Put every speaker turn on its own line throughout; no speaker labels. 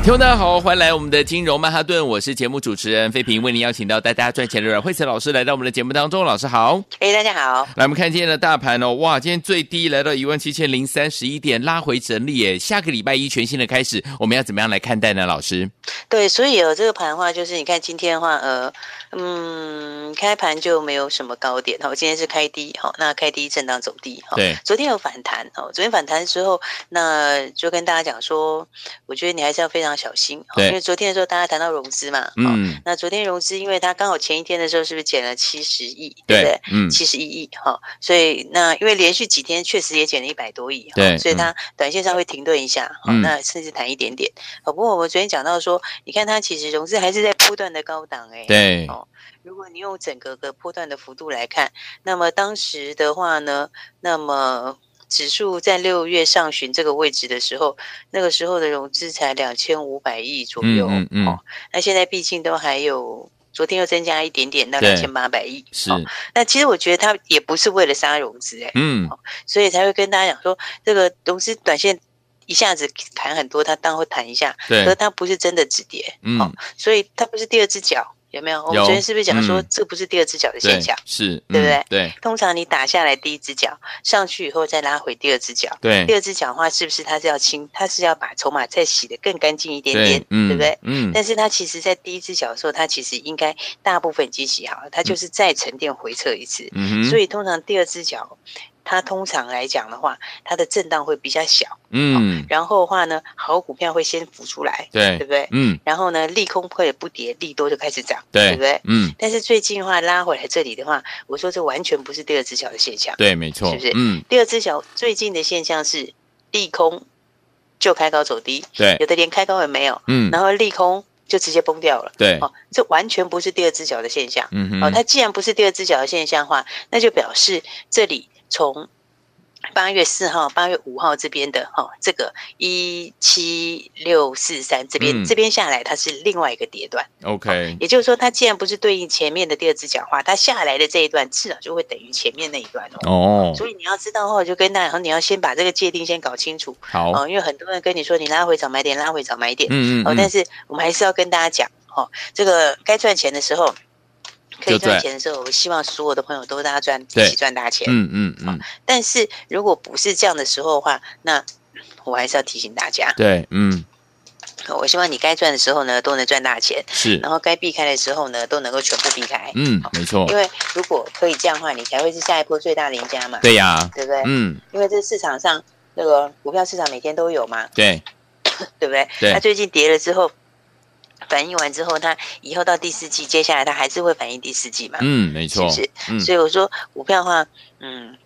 听众大家好，欢迎来我们的金融曼哈顿，我是节目主持人费平，为您邀请到带大家赚钱的阮慧慈老师来到我们的节目当中，老师好。
哎、大家好，
来，我们看今天的大盘哦，哇，今天最低来到一万七千零三十一点，拉回整理耶。下个礼拜一全新的开始，我们要怎么样来看待呢？老师，
对，所以呃，这个盘的话，就是你看今天的话，呃，嗯，开盘就没有什么高点，哦好，今天是开低，好，那开低震荡走低，好，
对
昨天有反弹，哦，昨天反弹之后，那就跟大家讲说，我觉得你还是要非常小心，好
对
因为昨天的时候大家谈到融资嘛，嗯，
嗯，
那昨天融资，因为它刚好前一天的时候是不是减了七十亿，不对
对？，嗯，
七十一亿哈，所以那因为连续几天确实也减了一百多亿，哈
对
所以它短线上会停顿一下，哈
嗯
那甚至弹一点点。好，不过我们昨天讲到说，你看它其实融资还是在波段的高档，哎，。
对，
哦如果你用整个的波段的幅度来看，那么当时的话呢，那么指数在六月上旬这个位置的时候，那个时候的融资才两千五百亿左
嗯
右，
嗯嗯
哦，那现在毕竟都还有。昨天又增加一点点到
对
两千八百亿，
是
哦，那其实我觉得他也不是为了杀融资、哎，
嗯，
所以才会跟大家讲说，这个融资短线一下子砍很多，它当然会弹一下，可是
对，
它不是真的止跌，
嗯，
所以它不是第二只脚，有没有？我们
有
昨天是不是讲说
嗯，
这不是第二只脚的
对
现象？，
是，
对不对
嗯对，
通常你打下来第一只脚，上去以后再拉回第二只脚，第
对，
二只脚的话，是不是它是要清，它是要把筹码再洗得更干净一点点，
嗯，
对不对？？
嗯，
但是它其实，在第一只脚的时候，它其实应该大部分已经洗好了，它就是再沉淀回撤一次。
嗯
所
以，
以通常第二只脚，它通常来讲的话，它的震荡会比较小，
嗯，
然后的话呢，好股票会先浮出来，对
对，
不对？
嗯，
然后呢，利空会不跌，利多就开始涨，
对，
对不对？
嗯，
但是最近的话拉回来这里的话，我说这完全不是第二只脚的现象。
对，没错，
是不是
嗯，
第二只脚最近的现象是利空就开高走低，
对，
有的连开高也没有，
嗯，
然后利空就直接崩掉了。
对，
哦，这完全不是第二只脚的现象。
嗯哼，
哦，它既然不是第二只脚的现象的话，那就表示这里从八月四号、八月五号这边的哈、哦，这个一七六四三这边、
嗯
这边下来，它是另外一个跌段。
OK，
也就是说，它既然不是对应前面的第二只脚的话，它下来的这一段至少就会等于前面那一段哦。
哦，
所以你要知道的话，我就跟大家讲，你要先把这个界定先搞清楚
好，
哦，因为很多人跟你说你拉回早买点，拉回早买点，
嗯嗯，
哦，但
是
是我们还是要跟大家讲哦，这个该赚钱的时候，可
就
以
赚
赚钱的时候，我希望所有的朋友都大家赚，
对
一起赚大钱。
嗯嗯嗯，
但是如果不是这样的时候的话，那我还是要提醒大家，
对，嗯，
哦我希望你该赚的时候呢都能赚大钱，
是，
然后该避开的时候呢都能够全部避开。
嗯，没错
因，为如果可以这样的话，你才会是下一波最大的赢家嘛，
对呀，
对不对？
嗯，
因为这市场上那个股票市场每天都有嘛，
对，
对不对？
对
它最近跌了之后，反应完之后，它以后到第四季，接下来它还是会反应第四季嘛？
嗯，没
是
错
不，是？
嗯，
所以我说股票的话，嗯。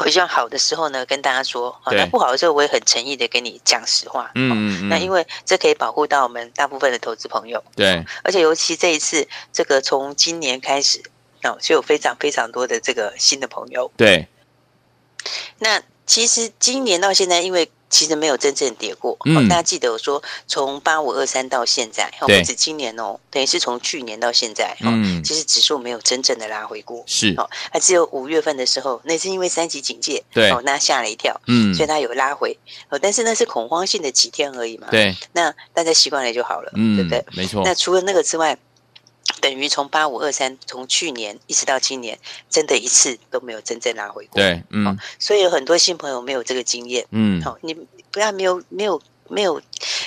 我希望好的时候呢，跟大家说；好、
对
那不好的时候，我也很诚意的跟你讲实话。哦
嗯嗯，
那因
为
为这可以保护到我们大部分的投资朋友，
对，
而且尤其这一次，这个从今年开始，哦，就有非常非常多的这个新的朋友。
对，
那其实今年到现在，因为其实没有真正跌过，
嗯
哦、大家记得我说从八五二三到现在，哦，
对
不止今年哦，等于是从去年到现在，哦，
嗯，
其实指数没有真正的拉回过，
是，
哦，它只有五月份的时候，那是因为三级警戒，
对
哦，那吓了一跳。
嗯，
所以它有拉回，哦，但是那是恐慌性的几天而已嘛。，
对，
那大家习惯了就好了，
嗯
对不对？，
没错，
那除了那个之外，等于从八五二三从去年一直到今年，真的一次都没有真正拉回过。
对，嗯
所以有很多新朋友没有这个经验。
嗯，
好、你不要没有没有没有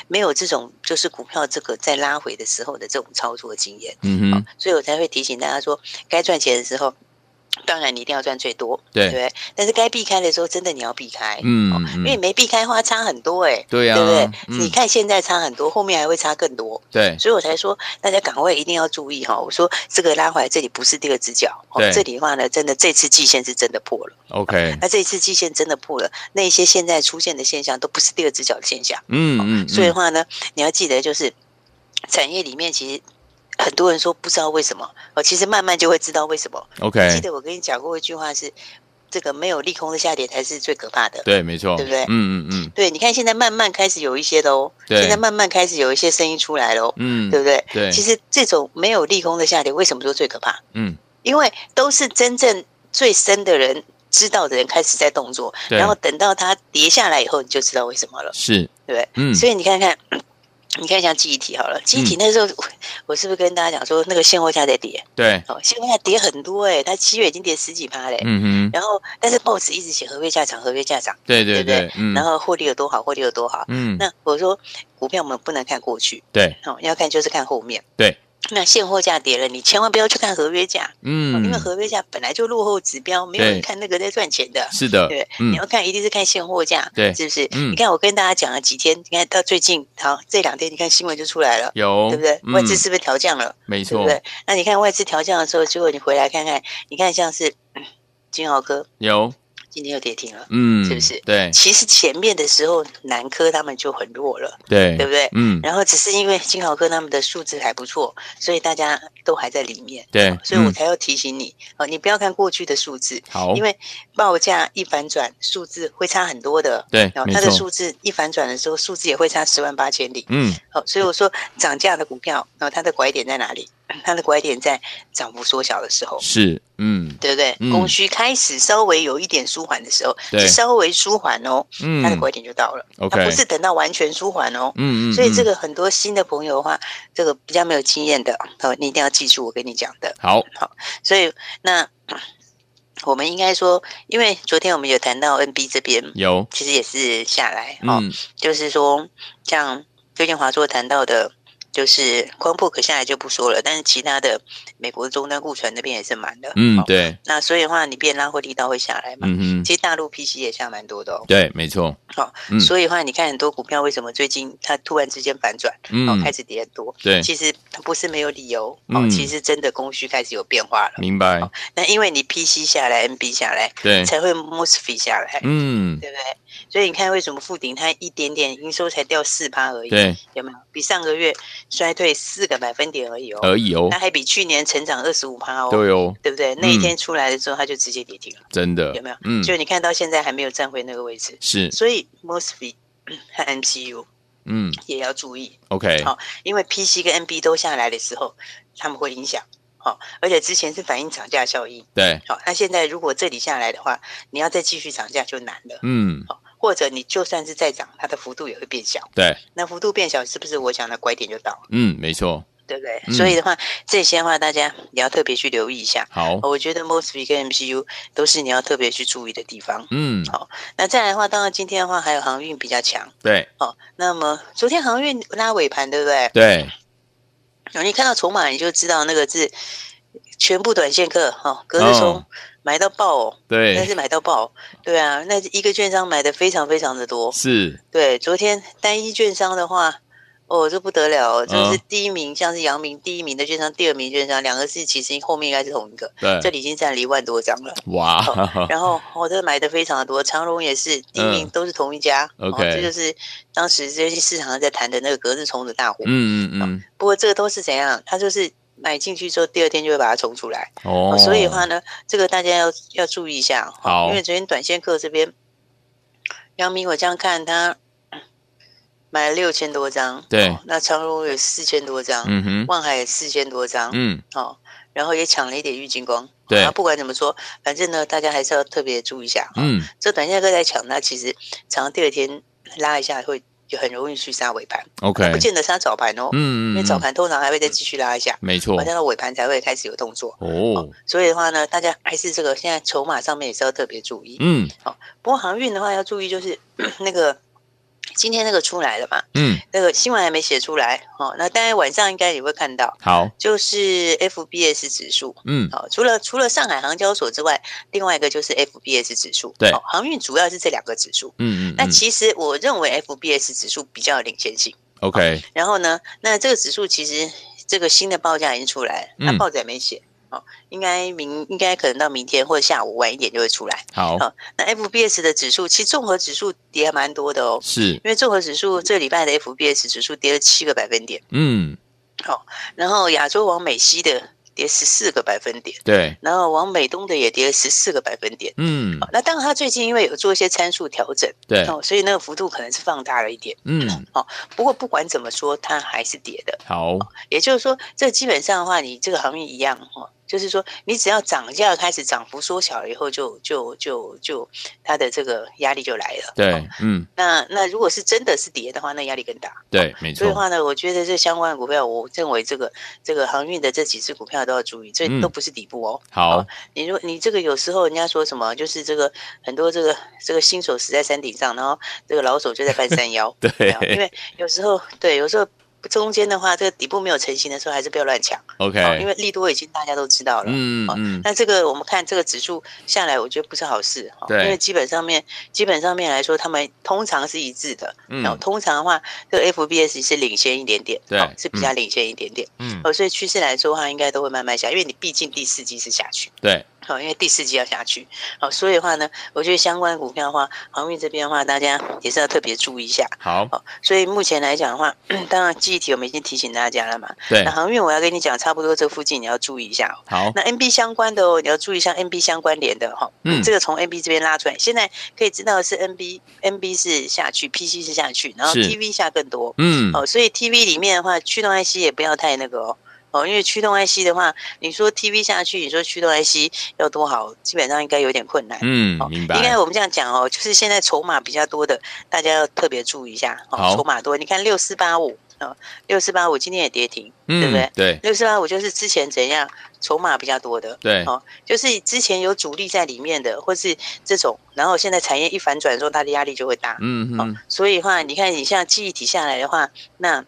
没有这种就是股票这个在拉回的时候的这种操作经验，
嗯哼，
所以我才会提醒大家说，该赚钱的时候，当然你一定要赚最多，对不
对，
对？但是该避开的时候，真的你要避开，
嗯
哦因为
嗯，
没避开的话差很多哎、
对呀
对不对？，你
嗯，
看现在差很多，后面还会差更多，
对，
所以我才说大家赶快一定要注意哈、我说这个拉回来这里不是第二只脚，哦
对，
这里的话呢，真的这次季线是真的破了。
OK，
那这一次季线真的破了，那一些现在出现的现象都不是第二只脚的现象，
嗯嗯，
所以的话呢，你要记得就是产业里面其实很多人说不知道为什么，哦，其实慢慢就会知道为什么。记
，OK，
得我跟你讲过一句话是，这个没有利空的下跌才是最可怕的。
对，没错，
对不对
嗯嗯嗯
对，你看现在慢慢开始有一些的哦，
对
现在慢慢开始有一些声音出来了哦，
嗯，
对不对？
对，
其实这种没有利空的下跌，为什么说最可怕？
嗯，
因为都是真正最深的人知道的人开始在动作，
对
然后等到它跌下来以后，你就知道为什么了，
是，
对不对？
嗯，
所以你看看，你看像记忆体好了，记忆体那时候、我我是不是跟大家讲说那个现货价在跌？
对，
哦，现货价跌很多诶、它七月已经跌十几趴嘞、
嗯哼，
然后但是 BOSS 一直写合约价涨，合约价涨，
对对
对不对
对，嗯
然，后获利有多好，获利有多好。
嗯，
那我说股票我们不能看过去，
对，
哦，要看就是看后面。
对。
那现货价跌了，你千万不要去看合约价，哦
嗯
因为，合约价本来就落后指标，没有人看那个在赚钱的。
是的
对，
嗯
你，要看一定是看现货价，
对
是不是？
嗯
你看我跟大家讲了几天，你看到最近，好这两天你看新闻就出来了，
有，
对不对？外资
嗯，
是不是调降了？
没
对不
错，
对？那你看外资调降的时候，结果你回来看看，你看像是嗯金豪哥
有，
今天又跌停了。
嗯，
是不是
对
其实前面的时候，南科他们就很弱了，
对
对不对？
嗯，
然后只是因为金豪科他们的数字还不错，所以大家都还在里面，
对，
所以我
嗯
才要提醒你哦，你不要看过去的数字，
好，
因为报价一反转，数字会差很多的。
对，
哦，
没
它的
错，
数字一反转的时候，数字也会差十万八千里。
嗯，
哦，所以我说涨价的股票，哦，它的拐点在哪里？它的拐点在涨幅缩小的时候，
是，嗯，
对不对？
嗯
供需开始稍微有一点舒缓的时候，
对
是稍微舒缓哦，
嗯
它的拐点就到了。它
，OK，
不是等到完全舒缓哦。
嗯嗯，
所以这
嗯
个很多新的朋友的话，这个比较没有经验的，哦，你一定要记住我跟你讲的。
好，
所以那 我们应该说，因为昨天我们有谈到 NB 这边，
有，
其实也是下来哦，
嗯，
就是说像邱建华所谈到的。就是光破可下来就不说了，但是其他的美国终端库存那边也是满的，
嗯
哦，
对，
那所以的话，你变拉货力道会下来嘛？
嗯嗯，
其实大陆 PC 也下蛮多的哦，哦
对，没错，嗯
所以的话，你看很多股票为什么最近它突然之间反转，哦，
嗯
开，始跌很多，
对，
其实它不是没有理由，哦，
嗯
其实真的供需开始有变化了。
明白，
那因为你 PC 下来，NB 下来，
对，
才会 MOSFET 下来，
嗯，
对不对？所以你看为什么富鼎它一点点营收才掉四趴而已，
对，
有没有？比上个月衰退四个百分点而已哦，
而已哦
那，还比去年成长二十五趴哦，
对哦，
对不对？那一天出来的时候，它就直接跌停了，
真的
有没有，
嗯，
就你看到现在还没有站回那个位置，
是，
所以 E，MOSFET 和 MCU
嗯
呃也要注意，
，OK，
好因为 PC 跟 NB 都下来的时候，他们会影响。好、而且之前是反映涨价效应。
对，
好、那现在如果这里下来的话，你要再继续涨价就难了。
嗯，
好、或者你就算是再涨，它的幅度也会变小。
对，
那幅度变小，是不是我讲的拐点就到了？
嗯，没错，
对不对？
嗯
所以的话，这些的话大家也要特别去留意一下。
好，
我觉得 MOSFET 跟 MCU 都是你要特别去注意的地方。
嗯，
那再来的话，当然今天的话还有航运比较强。
对，
哦，那么昨天航运拉尾盘，对不对？
对，
哦，你看到筹码你就知道那个是全部短线客哈、哦，隔日冲
哦
买到爆哦，那
对，
是买到爆，对啊，那一个券商买的非常非常的多，
是，
对，昨天单一券商的话，哦，这不得了哦，这是
嗯
第一名，像是阳明第一名的券商，第二名券商，两个是其实后面应该是同一个，这
对，
里已经占了一万多张了。
哇，哈哈
然后我、哦、这买的非常的多，长荣也是第一名，
嗯
都是同一家。
OK
哦，这就是当时这些市场上在谈的那个隔日冲的大火。
嗯嗯嗯，
不过这个都是怎样？它就是买进去之后，第二天就会把它冲出来、
哦，
所以的话呢，这个大家要要注意一下。哦
好
因为昨天短线客这边，杨明我这样看他买了六千多张，
对
哦那长荣有四千多张，
嗯哼，
万海有四千多张，
嗯，
哦，然后也抢了一点郁金光。
对
啊不管怎么说，反正呢，大家还是要特别注意一下。哦，
嗯，
这短线客在抢，那其实常常第二天拉一下会。就很容易去杀尾盘，
OK，
不见得杀早盘哦。
嗯，哦
因为早盘通常还会再继续拉一下，
没错
好，像到尾盘才会开始有动作。
哦，
所以的话呢，大家还是这个现在筹码上面也是要特别注意。
嗯
不过航运的话要注意，就是 那个今天那个出来了嘛，
嗯，
那个新闻还没写出来哦。那大家晚上应该也会看到，
好，
就是 FBS 指数。
嗯
哦，除了除了上海航交所之外，另外一个就是 FBS 指数。
对
哦，航运主要是这两个指数。
嗯嗯，
那其实我认为 FBS 指数比较有领先性。
OK，
然后呢，那这个指数其实这个新的报价已经出来了，
嗯
那报纸还没写。哦，应该明应该可能到明天或者下午晚一点就会出来。
好，
那 FBS 的指数，其实综合指数跌还蛮多的哦，
是，
因为综合指数这礼拜的 FBS 指数跌了七个百分点，
嗯
好，然后亚洲往美西的跌十四个百分点，
对，
然后往美东的也跌了十四个百分点。
嗯，
那当然，它最近因为有做一些参数调整，
对，
哦，所以那个幅度可能是放大了一点。
嗯，
不过不管怎么说，它还是跌的。
好，
也就是说，这基本上的话，你这个行业一样哦，就是说，你只要涨价开始涨幅缩小了以后就，就就就它的这个压力就来了。哦
对，嗯，
那那如果是真的是跌的话，那压力更大。
对，没
所以的
错，
话呢，我觉得这相关的股票，我认为这个这个航运的这几只股票都要注意，这
嗯
都不是底部哦。
好，
你如你这个有时候人家说什么，就是这个很多这个这个新手死在山顶上，然后这个老手就在半山腰
。对
没有因为有时候对，有时候中间的话，这个底部没有成型的时候，还是不要乱抢，哦因
，OK，
为利多已经大家都知道了。
哎嗯嗯，
那这个我们看这个指数下来，我觉得不是好事，哦
对
因为基本上面基本上面来说，他们通常是一致的。然后
嗯
通常的话，这个 FBS 是领先一点点，
对
哦是比较领先一点点。
嗯，
哦，所以趋势来说的话，应该都会慢慢下，因为你毕竟第四季是下去，哦
对，
好，因为第四季要下去，好，所以的话呢，我觉得相关股票的话，航运这边的话，大家也是要特别注意一下。
好，
好，所以目前来讲的话， 当然记忆体我们已经提醒大家了嘛。
对
那，航运我要跟你讲，差不多这附近你要注意一下哦。
好，
那 NB 相关的哦，你要注意像 NB 相关联的哈、哦，
嗯
这个从 NB 这边拉出来，现在可以知道是 NB，NB 是下去，PC 是下去，然后
是
TV 下更多
嗯，
哦，所以 TV 里面的话，驱动 IC 也不要太那个哦。哦，因为驱动 IC 的话，你说 TV 下去，你说驱动 IC 要多好，基本上应该有点困难。
嗯
哦，
明
应
白
该，我们这样讲哦，就是现在筹码比较多的，大家要特别注意一下
好
哦。筹码多，你看六四八五啊，六四八五今天也跌停，对不
嗯
对，
对，
六四八五就是之前怎样筹码比较多的，
对，
哦就是之前有主力在里面的，或是这种，然后现在产业一反转之后，它的压力就会大。
嗯
哦
嗯，，
所以的话，你看你像记忆体下来的话，那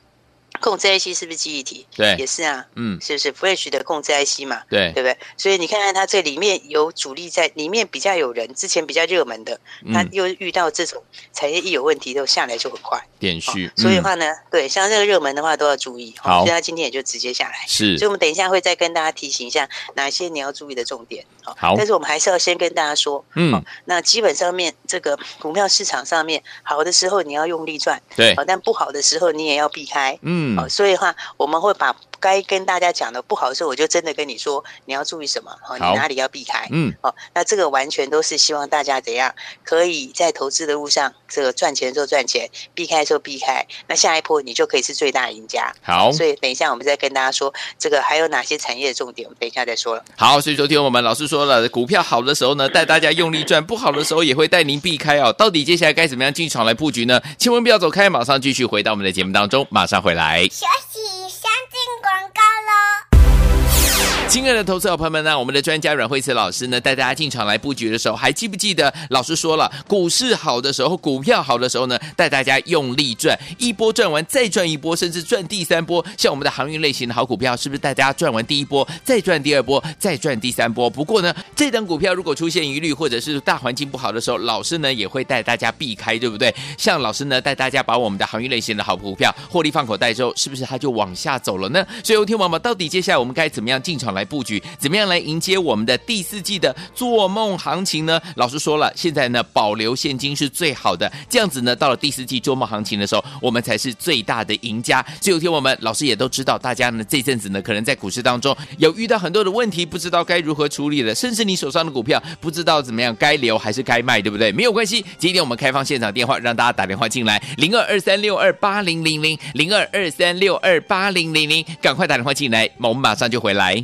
控制 IC 是不是记忆体？也
对，
是啊，
嗯，
是不是 Flash 的控制 IC 嘛？
对
对，不对？所以你看看它这里面有主力在，里面比较有人，之前比较热门的，它
嗯，
又遇到这种产业一有问题，都下来就很快。
点
哦
序，
所以的
嗯
话呢，对，像这个热门的话都要注意。哦
好
所以它今天也就直接下来。
是
所以，我们等一下会再跟大家提醒一下哪些你要注意的重点。哦
好
但是我们还是要先跟大家说，
嗯，
那基本上面这个股票市场上面，好的时候你要用力赚，
对
好，，但不好的时候你也要避开。
嗯，
哦，所以的话，我们会把该跟大家讲的不好的时候，我就真的跟你说你要注意什么，哦，你
好
哪里要避开。
嗯，
哦，那这个完全都是希望大家怎样可以在投资的路上，这个赚钱的时候赚钱，避开的时候避开，那下一波你就可以是最大赢家。
好，
所以等一下我们再跟大家说这个还有哪些产业的重点，我们等一下再说了。
好，所以昨天我们老师说了，股票好的时候呢，带大家用力赚；不好的时候，也会带您避开哦。到底接下来该怎么样进场来布局呢？千万不要走开，马上继续回到我们的节目当中，马上回来。
学习先进广告喽。
亲爱的投资者朋友们呢，我们的专家阮慧慈老师呢，带大家进场来布局的时候，还记不记得老师说了，股市好的时候，股票好的时候呢，带大家用力赚，一波赚完再赚一波，甚至赚第三波。像我们的航运类型的好股票，是不是带大家赚完第一波，再赚第二波，再赚第三波？不过呢，这档股票如果出现疑虑或者是大环境不好的时候，老师呢也会带大家避开，对不对？像老师呢带大家把我们的航运类型的好股票获利放口袋之后，是不是它就往下走了呢？所以，有天王们到底接下来我们该怎么样进场来布局？怎么样来迎接我们的第四季的做梦行情呢？老师说了，现在呢保留现金是最好的，这样子呢到了第四季做梦行情的时候，我们才是最大的赢家。所以，有天王们老师也都知道，大家呢这阵子呢可能在股市当中有遇到很多的问题，不知道该如何处理了，甚至你手上的股票不知道怎么样该留还是该卖，对不对？没有关系，今天我们开放现场电话，让大家打电话进来，零二二三六二八零零零，零二二三六二八零零零，赶快打电话进来，我们马上就回来。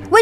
为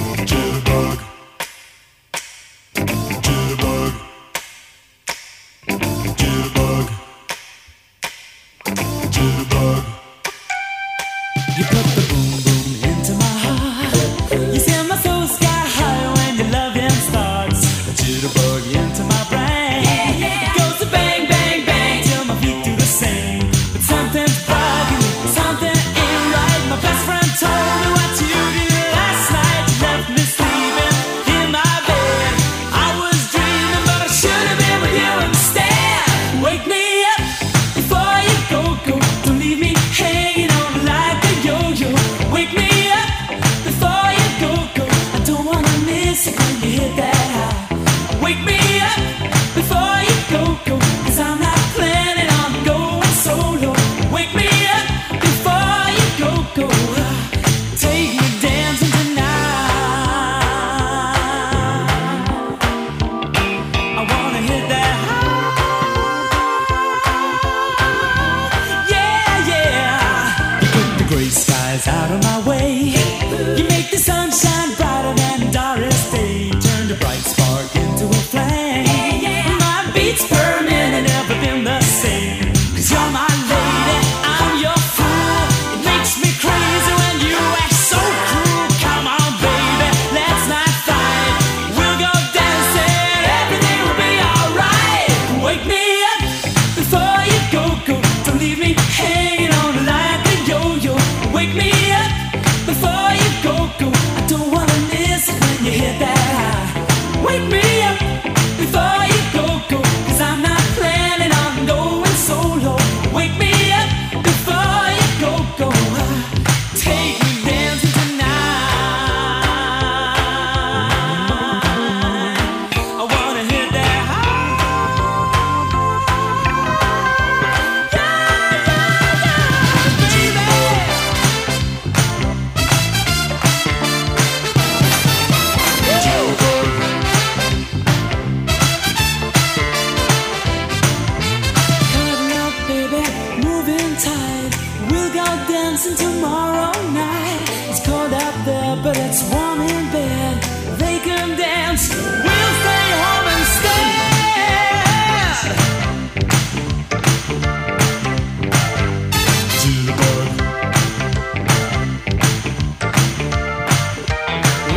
You put the boom boom into my heart. You send my soul sky high when your loving starts. A jitterbug into my brain. It goes to bang bang bang till my feet do the same. But something's bugging me, something ain't right. My best friend told me what you did last night. You left me sleeping in my bed. I was dreaming, but I should have been with you instead. Wake me up before you go go. Don't leave me hanging on like a yo-yo. Wake me up before you go go. I don't wanna miss it when you hit that high. Wake me up before you go go. Cause I'm not planning on going solo. Wake me up before you go go. Take me dancing tonight. I wanna hit that high. yeah, yeah. You put the gray skies out of my way. You make the sunshine brighter than Doris Day. Turned a bright spark into a flame. My beats per minute never been the same. Cause you're my lady, I'm your fool. It makes me crazy when you act so cruel. Come on, baby, let's not fight. We'll go dancing, everything will be alright. Wake me up before you go go. Don't leave me hanging on like a yo-yo. Wake me up before you go go. I don't wanna miss it when you hit that high. Wake me up before you go go. Cause I'm not planning on going solo. Wake me up before you go go. Take me dancing tonight. I wanna hit that high. baby. Cutting up, baby, moving tight. We'll go dancing tomorrow night. It's cold out there, but it's warm in bed. They can dance. We'll stay home and stay.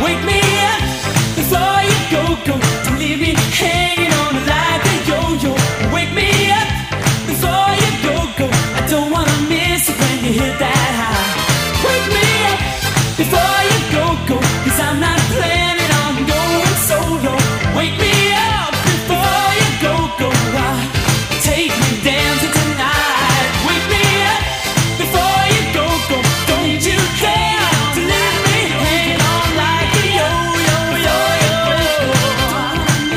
Wake me up before you go go. Don't leave me hanging on like a yo-yo. Wake me up before you go go. I don't wanna miss it when you hit that high. Wake me up before you go go. Cause I'm not planning on going solo. Wake me up before you go go. Ah, Take me dancing tonight. Wake me up before you go go. Don't you care to leave me hanging on like a yo yo yo yo?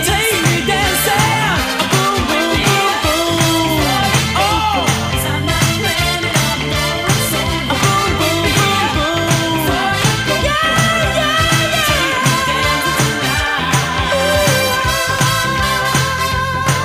Take me dancing, a boom boom boom boom. Oh, a boom boom boom boom. Yeah yeah yeah.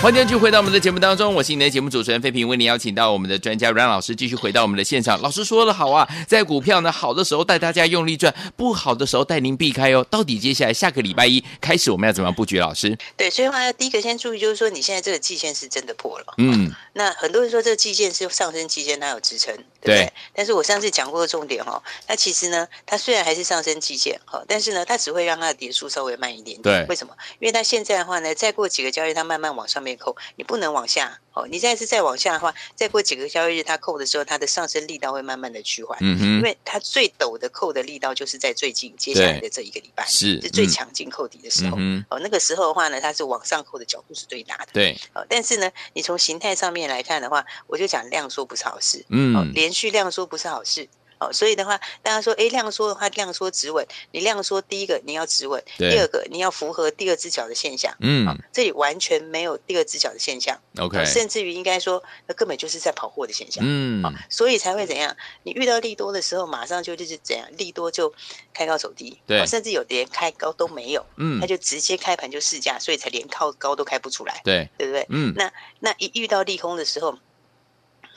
欢迎继续回到我们的节目当中，我是你的节目主持人费平，为您邀请到我们的专家阮老师继续回到我们的现场。老师说的好啊，在股票呢好的时候带大家用力赚，不好的时候带您避开哦。到底接下来下个礼拜一开始我们要怎么样布局？老师，
对，所以话第一个先注意，就是说你现在这个季线是真的破了。
嗯，
那很多人说这个季线是上升季线，它有支撑，对不
对
对？但是我上次讲过的重点哦，那其实呢，它虽然还是上升季线，好，但是呢，它只会让它的跌速稍微慢一点
对
点。为什么？因为它现在的话呢，再过几个交易日，它慢慢往上面扣，你不能往下。哦，你再次再往下的话，再过几个交易日，它扣的时候，它的上升力道会慢慢的趋缓，
嗯
因
哼，
为它最陡的扣的力道就是在最近接下来的这一个礼拜，
是
是最
嗯
强劲扣底的时
嗯
候。
哼，
哦，那个时候的话呢，它是往上扣的角度是最大的。
对，
哦，但是呢，你从形态上面来看的话，我就讲量缩不是好事，哦，
嗯，
连续量缩不是好事。哦，所以的话，大家说，诶，量缩的话，量缩止稳，你量缩第一个你要止稳，
对
第二个你要符合第二只脚的现象。
嗯
这里完全没有第二只脚的现象
，OK，
哦甚至于应该说，那根本就是在跑货的现象。
嗯
啊，所以才会怎样？你遇到利多的时候，马上就就是怎样，利多就开高走低，
对
哦甚至有的连开高都没有，
嗯
他，就直接开盘就试价，所以才连靠高都开不出来，
对，
对不对？
嗯，
那一遇到利空的时候，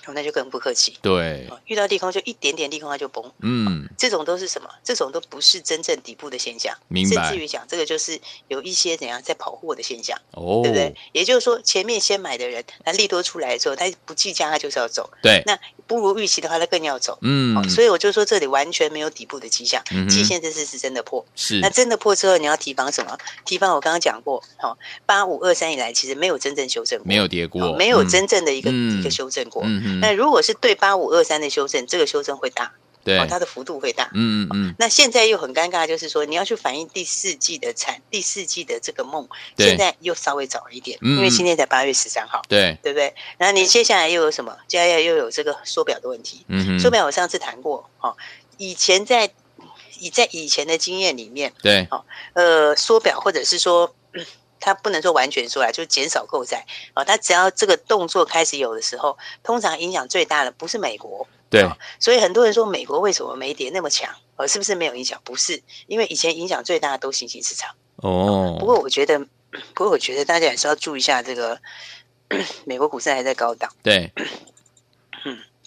哦那就更不客气，
对，
哦遇到利空就一点点利空它就崩，
嗯，
这种都是什么？这种都不是真正底部的现象，
明白
甚至于讲这个就是有一些怎样在跑货的现象，
哦
对，不对？也就是说，前面先买的人，他利多出来之后，他不计价，他就是要走；
对，
那不如预期的话，他更要走。
嗯
哦，，所以我就说这里完全没有底部的迹象
嗯哼，嗯
季线这次是真的破。
是
那，真的破之后，你要提防什么？提防我刚刚讲过，哦，八五二三以来其实没有真正修正过，
没有跌
哦
过，
没有
嗯，
真正的一个
嗯
一个修正过。
嗯
那
哼，
如果是对八五二三的修正，这个修正会大，
对
哦，，它的幅度会大。
嗯嗯嗯，
那现在又很尴尬，就是说你要去反映第四季的产，第四季的这个梦，
对
现在又稍微早一点，
嗯
因为今天才八月十三号，
对，
对不对？然后你接下来又有什么？接下来又有这个缩表的问题。
嗯
缩
哼，
表我上次谈过，哦，以前在以在以前的经验里面，
对，
呃，缩表或者是说。 嗯它不能说完全缩啊，就是减少购债哦。它只要这个动作开始有的时候，通常影响最大的不是美国，
对，
所以很多人说美国为什么没跌那么强？呃，是不是没有影响？不是，因为以前影响最大的都新兴市场。
哦，
不过我觉得， 不过我觉得大家还是要注意一下这个 美国股市还在高档，
对，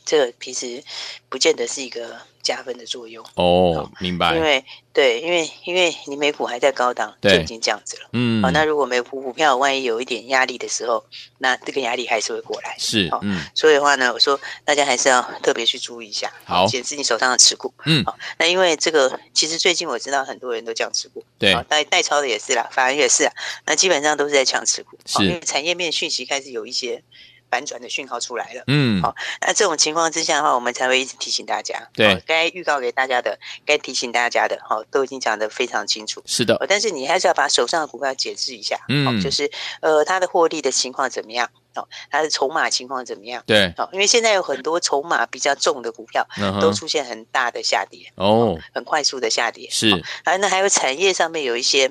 这个其实不见得是一个加分的作用，
哦，明白
因，为对，因为因为你美股还在高档，就
对
已经这样子了。
嗯，
哦，那如果美股股票万一有一点压力的时候，那这个压力还是会过来。
是
好，
嗯，
所以的话呢，我说大家还是要特别去注意一下，
好
减持你手上的持股。
嗯
好，那因为这个，其实最近我知道很多人都这样持股，
对
好，代代抄的也是啦，法人也是啊，那基本上都是在抢持股，好
是
因为产业面讯息开始有一些反转的讯号出来了。
嗯，
好那这种情况之下的话，我们才会一直提醒大家，
对
好该预告给大家的，该提醒大家的，好，都已经讲得非常清楚。
是的，
哦，但是你还是要把手上的股票解释一下，
嗯
哦，就是呃，它的获利的情况怎么样？哦，它的筹码情况怎么样？
对，
哦，因为现在有很多筹码比较重的股票
嗯
都
哼，
出现很大的下跌，
哦，
很快速的下跌。
是，
啊，那还有产业上面有一些。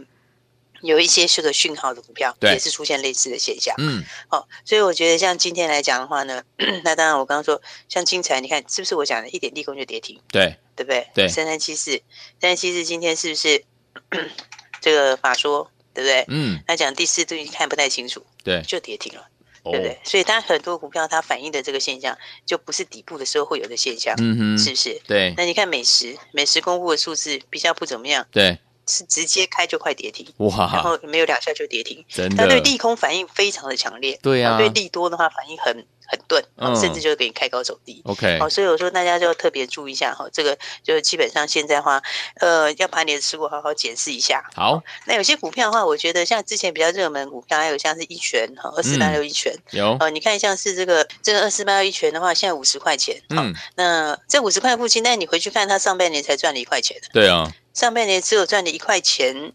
有一些是个讯号的股票，
对
也是出现类似的现象。
嗯，
哦，所以我觉得像今天来讲的话呢， 那当然我刚刚说，像金财，你看是不是我讲的一点利空就跌停，
对，
对不对？
对
三三七四，三三七四今天是不是 这个法说，对不对？
嗯，
那讲第四对看不太清楚，
对，
就跌停了。
哦
对，不对？所以它很多股票它反映的这个现象，就不是底部的时候会有的现象，
嗯
是
哼，
不是？
对，
那你看美食，美食公布的数字比较不怎么样，
对，
是直接开就快跌停，然
哇，
后没有两下就跌停。
真
它
的，
对利空反应非常的强烈，哦
对啊
对利多的话反应很很钝，哦
嗯
甚至就会给你开高走低。哦
，OK，
好，所以我说大家就要特别注意一下哈，这个就是基本上现在的话，呃，要把你的持股好好检视一下。
好，
那有些股票的话，我觉得像之前比较热门的股票，还有像是一拳哈，二四八
嗯
六一拳，
有，
哦，你看像是这个这个二四八一拳的话，现在五十块钱，哦，
嗯，
那这五十块附近，但你回去看它上半年才赚了一块钱，
对啊，
上半年只有赚了一块钱。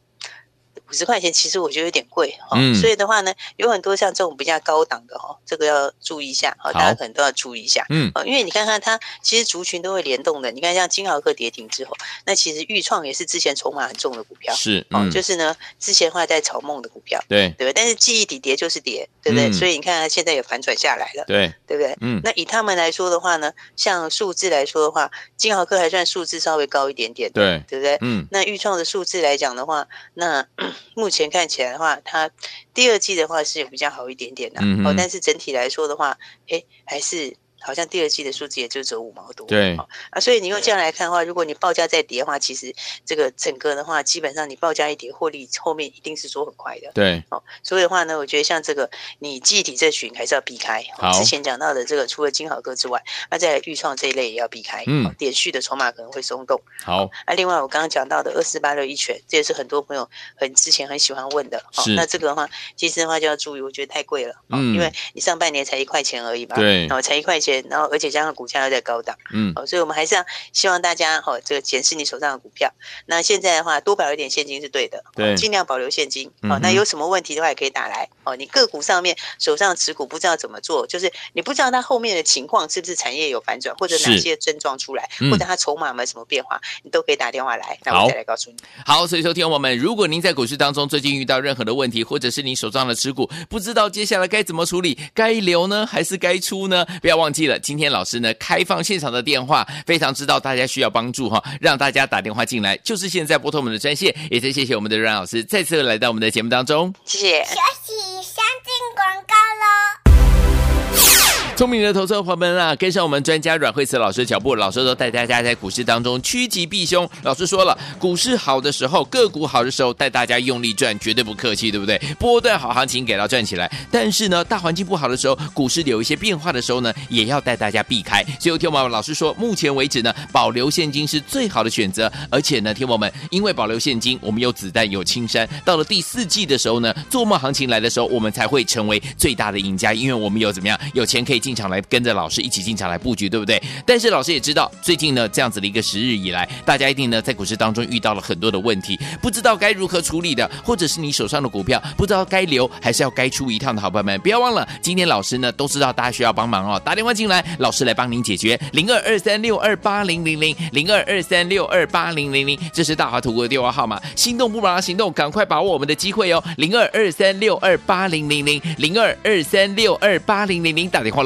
五十块钱其实我觉得有点贵哦，
嗯
所以的话呢，有很多像这种比较高档的哦，这个要注意一下哦，大
好
家可能都要注意一下
嗯，
哦，因为你看看它其实族群都会联动的，你看像金豪科跌停之后，那其实豫创也是之前筹码很重的股票
是，
哦，
嗯，
就是呢之前话在炒梦的股票，
对，
对不对？但是记忆底跌就是跌，对不对？
嗯
所以你看它现在也反转下来了，
对，
对不对？
嗯，
那以他们来说的话呢，像数字来说的话，金豪科还算数字稍微高一点点，
对，
对不对？
嗯，
那预创的数字来讲的话，那 目前看起来的话，它第二季的话是有比较好一点点的、
嗯哼
哦，但是整体来说的话，哎，还是好像第二季的数字也就只有五毛多，
对
哦啊，所以你用这样来看的话，如果你报价再跌的话，其实这个整个的话，基本上你报价一跌，获利后面一定是缩很快的，
对，
哦，所以的话呢，我觉得像这个你记忆体这群还是要避开。
好
哦之前讲到的这个，除了金豪哥之外，那在预创这一类也要避开。
嗯
哦连续的筹码可能会松动。
好，
那、啊另外我刚刚讲到的二四八六一拳，这也是很多朋友很之前很喜欢问的。哦
是
那这个的话，其实的话就要注意，我觉得太贵了。哦
嗯
因为你上半年才一块钱而已嘛。
对
哦，才一块钱，然后而且加上股价又在高档，
嗯，
哦，所以我们还是要希望大家哦，这个钱是你手上的股票。那现在的话，多保留一点现金是对的，哦
对
尽量保留现金。
嗯
哦
哼，
那有什么问题的话也可以打来。哦，你个股上面手上持股不知道怎么做，就是你不知道它后面的情况是不是产业有反转，或者哪
是
些症状出来，
嗯
或者它筹码有没有什么变化，你都可以打电话来，那
好
我再来告诉你。
好，所以说，听众朋友们，如果您在股市当中最近遇到任何的问题，或者是你手上的持股不知道接下来该怎么处理，该留呢还是该出呢？不要忘记了，今天老师呢开放现场的电话，非常知道大家需要帮助哈，让大家打电话进来，就是现在拨通我们的专线，也再谢谢我们的阮老师再次来到我们的节目当中。
谢谢。
休息一下，进广告喽。
聪明的投资者朋友们啊，跟上我们专家阮慧慈老师的脚步，老师都带大家在股市当中趋吉避凶。老师说了，股市好的时候，个股好的时候，带大家用力赚，绝对不客气，对不对？波段好行情给它赚起来，但是呢，大环境不好的时候，股市有一些变化的时候呢，也要带大家避开。所以，听我们老师说，目前为止呢，保留现金是最好的选择，而且呢，听我们因为保留现金，我们有子弹有青山，到了第四季的时候呢，做梦行情来的时候，我们才会成为最大的赢家，因为我们有怎么样，有钱可以进场来跟着老师一起进场来布局，对不对？但是老师也知道，最近呢这样子的一个时日以来，大家一定呢在股市当中遇到了很多的问题，不知道该如何处理的，或者是你手上的股票不知道该留还是要该出一趟的好朋友们，不要忘了，今天老师呢都知道大家需要帮忙哦，打电话进来，老师来帮您解决零二二三六二八零零零零二二三六二八零零零，这是大华图的电话号码，心动不马上行动，赶快把握我们的机会哦，零二二三六二八零零零零二二三六二八零零零，打电话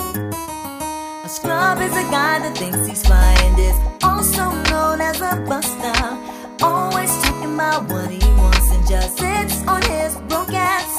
A scrub is a guy that thinks he's flying, is also known as a buster. Always talking about what he wants and just sits on his broke ass